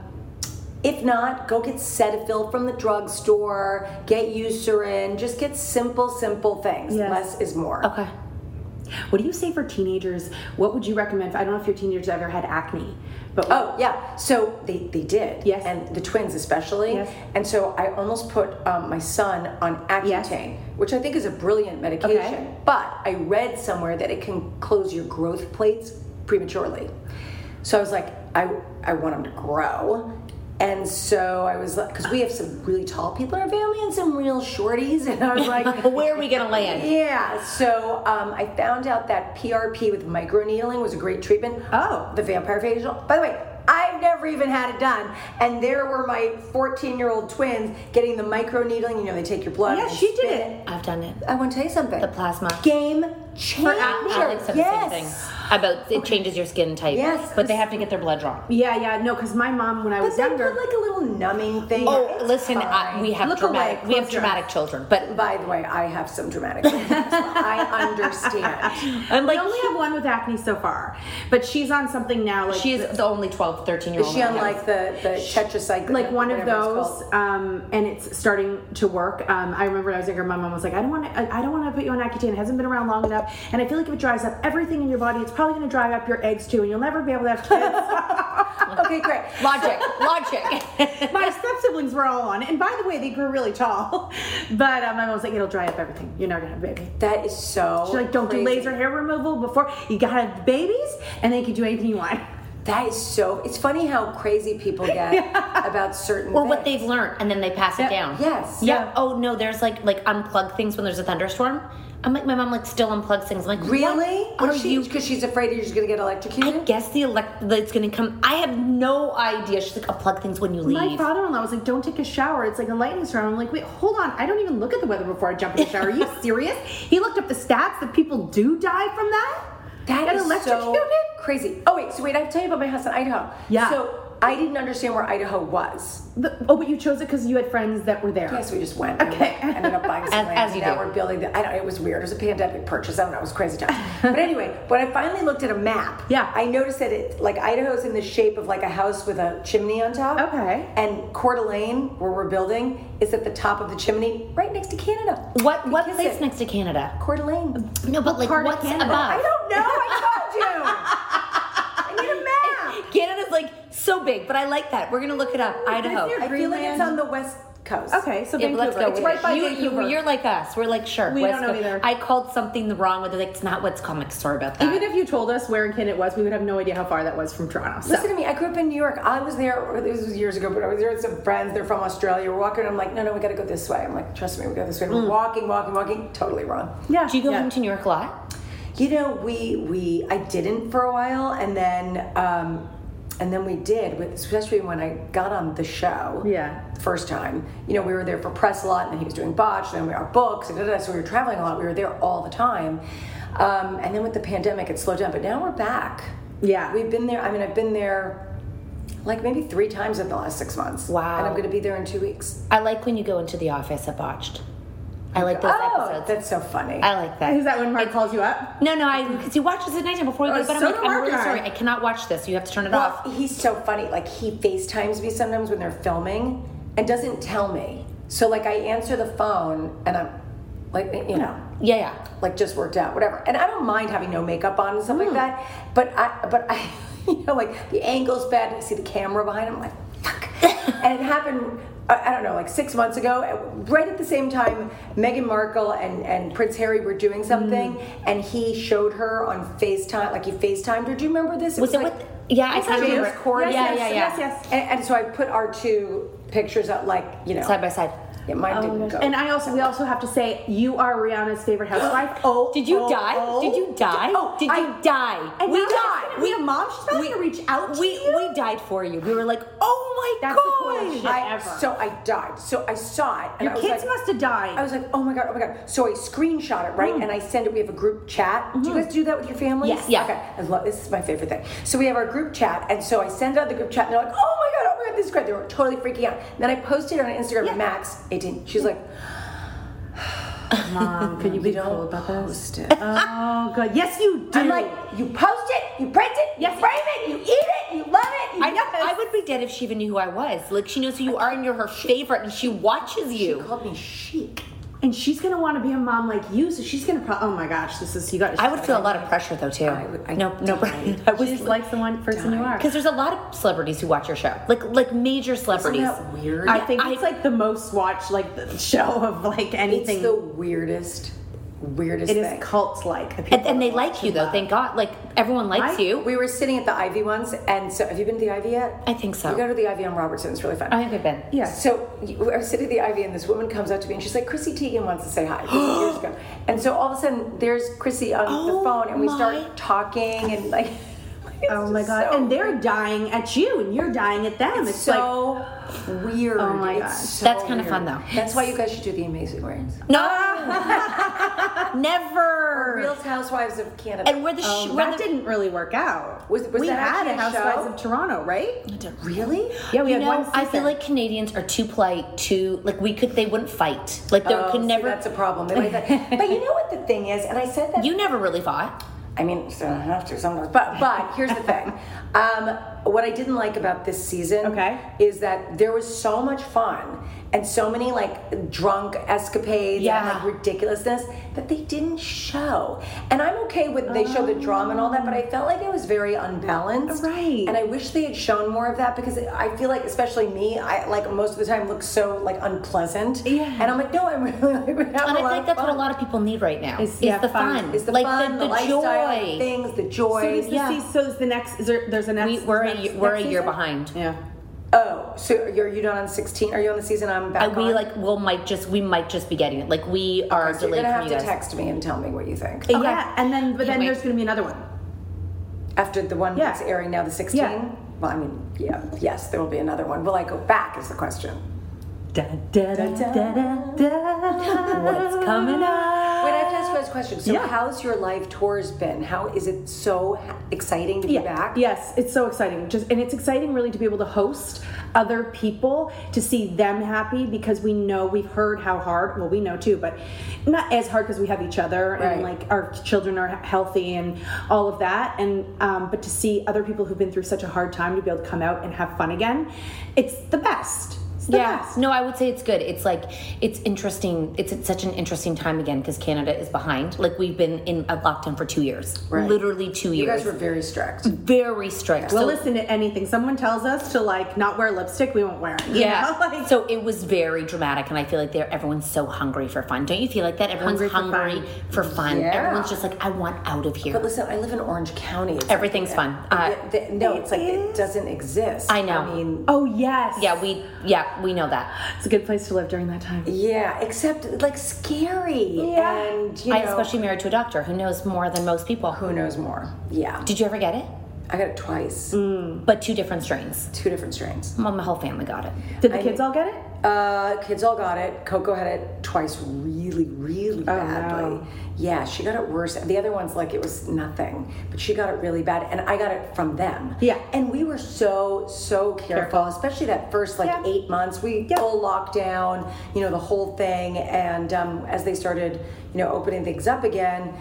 B: if not, go get Cetaphil from the drugstore. Get Eucerin. Just get simple, simple things.
C: Yes.
B: Less is more.
A: Okay.
C: What do you say for teenagers? What would you recommend? I don't know if your teenagers ever had acne, but
B: Oh yeah, so they, they did. Yes, and the twins especially.
C: Yes.
B: And so I almost put um, my son on Accutane, which I think is a brilliant medication.
C: Okay.
B: But I read somewhere that it can close your growth plates prematurely. So I was like, I I want him to grow. And so I was like, because we have some really tall people in our family and some real shorties, and I was like,
A: where are we gonna land?
B: Yeah. So um, I found out that PRP with microneedling was a great treatment. Oh, the vampire facial. By the way, I've never even had it done, and there were my 14-year-old twins getting the microneedling. You know, they take your blood.
C: Yeah,
B: and
C: she did
B: spit
C: it.
A: I've done it.
B: I want to tell you something. The
A: plasma.
B: Game
A: For
B: changer.
A: Al- Alex said
B: yes.
A: the same thing about it changes your skin type.
B: Yes.
A: But they have to get their blood drawn.
C: Yeah, yeah, no, because my mom when I was younger,
B: like a little numbing thing.
A: Oh, listen, I, we have
B: Look
A: dramatic,
B: away,
A: we have
B: close your
A: dramatic children, but
B: By the way, I have some dramatic. things. I understand.
C: I'm like, we only have one with acne so far, but she's on something now. Like
A: she is the only 12, 13 year
B: Is
A: old.
B: she on like the the tetracycline?
C: like one of
B: whatever it's
C: those, um, and it's starting to work. Um, I remember when I was younger, my mom was like, "I don't want to, I I don't want to put you on Accutane. It hasn't been around long enough, and I feel like if it dries up everything in your body, it's probably going to dry up your eggs too, and you'll never be able to have kids."
B: called. Okay, great.
A: logic, logic.
C: my step siblings were all on, it. and by the way, they grew really tall. But um, my mom was like, "It'll dry up everything. You're not going to have a baby."
B: That is so.
C: She's like, "Don't
B: crazy.
C: do laser hair removal before you got to have babies, and then you can do anything you want."
B: That is so. It's funny how crazy people get about certain.
A: or what
B: things.
A: they've learned, and then they pass it down.
B: yes.
A: Yeah. Oh no, there's like like unplug things when there's a thunderstorm. I'm like my mom like still unplugs things. I'm like what
B: Really?
A: Are
B: Or she,
A: you?
B: Because she's afraid you're just gonna get electrocuted.
A: I guess the elect that's gonna come. I have no idea. She's like unplug things when you
C: My
A: leave.
C: father-in-law was like, "Don't take a shower. It's like a lightning storm." I'm like, "Wait, hold on. I don't even look at the weather before I jump in the shower. Are you serious?" He looked up the stats that people do die from that.
B: That
C: Got
B: is so
C: electrocuted?
B: crazy. Oh wait, so wait, I have to tell you about my house in Idaho.
C: Yeah.
B: So I didn't understand where Idaho was.
C: The- oh, but you chose it because you had friends that were there.
B: Yes, we just went. Okay. Ended up buying some
A: As-
B: land.
A: as you
B: now
A: do.
B: we're building. The, I don't. It was weird. It was a pandemic purchase. I don't know. It was crazy time. but anyway, when I finally looked at a map,
C: Yeah.
B: I noticed that it like Idaho's in the shape of like a house with a chimney on top.
C: Okay.
B: And Coeur d'Alene, where we're building, is at the top of the chimney, right next to Canada.
A: what what
B: Kiss
A: place
B: it.
A: next to Canada?
B: Coeur d'Alene.
A: No, but like
C: part of
A: what's
C: Canada?
A: above?
B: I don't know. I told you. I need a map.
A: Canada's like so big, but I like that. We're gonna look it up. Idaho.
B: I feel like it's on the west coast.
C: Okay, so
A: Yeah, but
C: Vancouver.
A: let's go.
C: It's
A: with
C: right
A: it.
C: by
A: you,
C: Vancouver.
A: You, are like us. We're like sure.
C: We
A: West
C: don't know
A: Coast.
C: either.
A: I called something the wrong with it. Like it's not what's comic. Sorry about that.
C: Even if you told us where in Canada it was, we would have no idea how far that was from Toronto. So.
B: Listen to me. I grew up in New York. I was there. or This was years ago, but I was there with some friends. They're from Australia. We're walking. And I'm like, no, no, we got to go this way. I'm like, trust me, we go this way. We're walking, walking, walking. Totally wrong.
C: yeah.
A: do you go
C: yeah.
A: home to New York a lot?
B: You know, we we I didn't for a while, and then um, And then we did, with, especially when I got on the show.
C: Yeah.
B: First time, you know, we were there for press a lot, and then he was doing botch, and then we, our books, and da, da, da. so we were traveling a lot. We were there all the time. Um, and then with the pandemic, it slowed down, but now we're back.
C: Yeah.
B: We've been there. I mean, I've been there like maybe three times in the last six months.
A: Wow.
B: And I'm going to be there in two weeks.
A: I like when you go into the office at Botched. I like those
B: Oh,
A: episodes.
B: That's so funny.
A: I like that.
C: Is that when Mark calls you up?
A: No, no, I because he watches it nighttime before he
C: Oh,
A: goes to bed.
C: so
A: I'm like,
C: do
A: I'm
C: our
A: really
C: guy.
A: sorry. I cannot watch this. You have to turn it off.
B: Well, he's so funny. Like he FaceTimes me sometimes when they're filming and doesn't tell me. So like I answer the phone and I'm like you know.
A: Yeah, yeah.
B: Like just worked out, whatever. And I don't mind having no makeup on and stuff
A: Hmm.
B: like that. But I but I you know, like the angle's bad and I see the camera behind him, I'm like, fuck. and it happened I I don't know, like six months ago, at- right at the same time, Meghan Markle and, and Prince Harry were doing something,
A: Hmm.
B: and he showed her on FaceTime, like he FaceTimed her. Do you remember this?
A: Was it
B: like-
A: with- yeah, I
B: Yes,
A: kinda
B: James
A: remember it.
B: Corden.
A: Yeah, yeah, yeah.
B: And, and so I put our two pictures up, like you know,
A: Side Oh by side.
B: Yeah, mine didn't go.
C: And I also we also have to say you are Rihanna's favorite housewife.
B: oh,
A: Did you
C: oh,
A: die?
C: oh.
A: Did you die?
C: Oh,
A: Did you
C: I-
A: die?
C: And
A: we
C: now that's
A: died.
C: gonna be a mom. She's not gonna reach out to
A: we,
C: you.
A: We died for you. We were like, oh my
C: That's the
A: god.
C: coolest shit
B: I,
C: ever.
B: so I died. So I saw it. And
C: Your
B: I was
C: kids
B: like-
C: must have died. Hmm.
B: I was like, oh my god, oh my god. So I screenshot it, right? And I send it. We have a group chat. Do you guys do that with your families?
A: Yes. Yeah.
B: Okay. I love this is my favorite thing. So we have our group chat, and so I send out the group chat, and they're like, oh my god, oh my god, this is great. They were totally freaking out. And then I posted it on Instagram. Max, eighteen. She's like,
C: Mom, could you be cool about this? Oh, good. Yes, you do.
B: I'm like, you post it, you print it, you frame it, you eat it, you love it. You
A: I,
B: know it."
A: I would be dead if she even knew who I was. Like she knows who you are and you're her favorite and she watches you.
B: She called me chic.
C: and she's gonna want to be a mom like you, so she's gonna. Pro- oh my gosh, this is you got.
A: I would feel a lot of pressure though too. no, no, I
C: I was just like the one person you are.
A: because there's a lot of celebrities who watch your show, like like major celebrities.
B: that weird?
C: I think it's like the most watched like the show of like anything.
B: It's the weirdest, weirdest
C: it is
B: thing.
C: cult like.
A: and, and they like you though. Thank God, like everyone likes
C: I-
A: you.
B: we were sitting at the Ivy once, and so have you been to the Ivy yet?
A: I think so.
B: You go to the Ivy on Robertson. It's really fun.
A: I haven't been.
B: Yeah. So you- I was sitting at the Ivy, and this woman comes up to me, and she's like, "Chrissy Teigen wants to say hi." This was years ago, and so all of a sudden, there's Chrissy on the phone, and we start talking, and like, it's
C: Oh my
B: just
C: god!
B: so-
C: and they're dying at you, and you're dying at them. It's, like
B: so weird.
C: Oh my
B: It's
C: gosh.
B: so
A: That's kinda fun,
B: weird.
A: though.
B: That's why you guys should do the Amazing Race.
A: No, never.
B: Real Housewives of Canada.
A: and we're the sh-
C: oh,
A: we're
C: that
A: the-
C: didn't really work out.
B: Was- was
C: we
B: that
C: had
B: actually
C: a
B: a
C: Housewives
B: show?
C: of Toronto, right?
B: really?
C: Yeah, we
A: you
C: had
A: know,
C: one.
A: I feel
C: season.
A: like Canadians are too polite, too like we could they wouldn't fight. Like there
B: Oh,
A: could
B: see,
A: never.
B: that's a problem. They like that. but you know what the thing is, and I said that
A: You never really fought.
B: I mean, so I have to sometimes. But but here's the thing. Um, what I didn't like about this season
C: Okay.
B: is that there was so much fun and so many like drunk escapades
A: Yeah.
B: and like ridiculousness that they didn't show. And I'm okay with they show the drama and all that, but I felt like it was very unbalanced.
C: Right.
B: And I wish they had shown more of that because I feel like especially me, I like most of the time look so like unpleasant. Yeah. And I'm like, no, I'm really like, we have
A: And
B: a lot
A: I feel like
B: of
A: that's
B: fun.
A: what a lot of people need right now.
C: Is-
A: Is,
C: yeah,
A: the
C: fun.
A: fun.
B: Is the
A: like
B: fun,
A: the,
B: the, lifestyle,
A: joy.
B: the things, the
C: So
B: joy.
C: does the sea- so is the next. Is there? There's a next.
A: We, we're a,
C: next-
A: ye- we're a
C: next
A: year
C: season?
A: behind.
C: Yeah.
B: Oh, so you're you done on 16? Are you on the season I'm back
A: And we
B: on?
A: like we will might just we might just be getting it. Like we are
B: So you're
A: delayed
B: gonna have
A: from you
B: to
A: guys.
B: text me and tell me what you think
C: Yeah, and then but
A: Can't
C: then
A: wait.
C: there's gonna be another one.
B: after the one
C: Yeah.
B: that's airing now, the 16.
C: Yeah.
B: Well, I mean, yeah, yes, there will be another one. Will I go back? Is the question.
C: Da, da, da, da, da, da. What's coming up?
B: Wait, I have to ask you guys a question. So,
C: Yeah.
B: how's your live tours been? How is it so ha- exciting to be back?
C: Yes, it's so exciting. Just and it's exciting really to be able to host other people to see them happy because we know we've heard how hard. Well, we know too, but not as hard because we have each other and
B: Right.
C: like our children are healthy and all of that. And um, but to see other people who've been through such a hard time to be able to come out and have fun again, it's the best. It's the
A: yeah.
C: best.
A: No, I would say it's good. It's like it's interesting. It's at such an interesting time again because Canada is behind. Like we've been in a lockdown for two years, literally two
B: You
A: years.
B: guys were very strict.
A: Mm-hmm. very strict.
C: We'll
A: so,
C: listen to anything. Someone tells us to like not wear lipstick, we won't wear it. you
A: Yeah.
C: know? Like-
A: so it was very dramatic, and I feel like they're, everyone's so hungry for fun. Don't you feel like that? Everyone's
C: Hungry for
A: hungry for fun.
B: Yeah.
A: Everyone's just like, I want out of here.
B: But listen, I live in Orange County. It's
A: Everything's fun. Uh,
B: Th- th- no, it's like it doesn't exist.
A: I know.
B: I mean,
C: oh yes.
A: yeah, we yeah we know that.
C: It's a good place to live during that time.
B: yeah, except like scary.
C: Yeah.
B: And, you know,
A: I especially married to a doctor who knows more than most people.
B: who knows more? Yeah.
A: Did you ever get it?
B: I got it twice.
A: But two different strains.
B: Two different strains.
A: Mom, my whole family got it.
B: Did the kids all get it? Uh, kids all got it. Coco had it twice, really, really badly. Yeah, she got it worse. The other ones, like it was nothing, but she got it really bad, and I got it from them. Yeah, and we were so so careful, especially that first like eight months. We full lockdown, you know, the whole thing. And um, as they started, you know, opening things up again,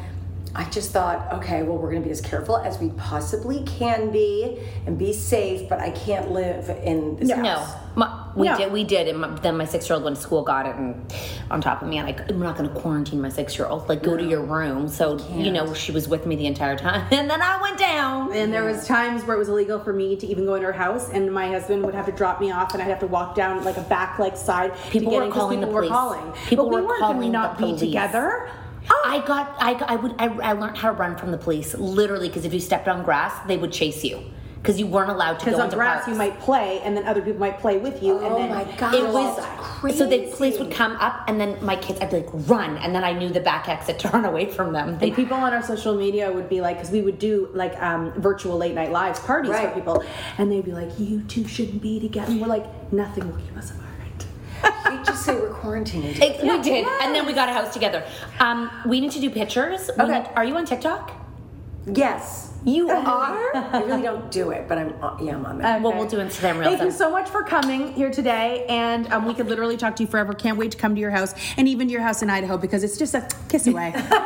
B: I just thought, okay, well, we're going to be as careful as we possibly can be and be safe, but I can't live in this
A: No,
B: house.
A: my, we
B: No.
A: did. We did, and my, then my six-year-old went to school, got it, and on top of me, I'm like, I'm not going to quarantine my six-year-old. Like, go to your room. So you know, she was with me the entire time, and then I went down.
C: And there was times where it was illegal for me to even go in her house, and my husband would have to drop me off, and I'd have to walk down like a back like side. to
A: People
C: get
A: were
C: in 'cause
A: calling the
C: people
A: police.
C: Were calling.
A: People
C: but we
A: were
C: weren't
A: calling
C: gonna
A: the
C: not be
A: police.
C: together.
A: I got, I, I would, I, I learned how to run from the police, literally, because if you stepped on grass, they would chase you, because you weren't allowed to go
C: Because on
A: into
C: grass
A: parks. Oh
C: you might play, and then other people might play with you. and then
A: It was so the police would come up, and then my kids, I'd be like, run, and then I knew the back exit to run away from them. They
C: And people on our social media would be like, because we would do like um, virtual late night lives, parties for people, and they'd be like, "You two shouldn't be together." And we're like, "Nothing will keep us apart."
B: We just say we're quarantined.
A: It- we did, and then we got a house together. Um, we need to do pictures. We need- are you on TikTok?
B: Yes.
A: You are.
B: I really don't do it, but I'm on- yeah, I'm on there.
C: Okay.
A: Well, we'll do Instagram reels.
C: Thank you so much for coming here today, and um, we could literally talk to you forever. Can't wait to come to your house and even to your house in Idaho because it's just a kiss away.
B: or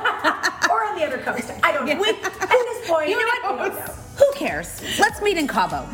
B: on the other coast. I don't know. At this point,
C: you know what? Who cares? Let's meet in Cabo.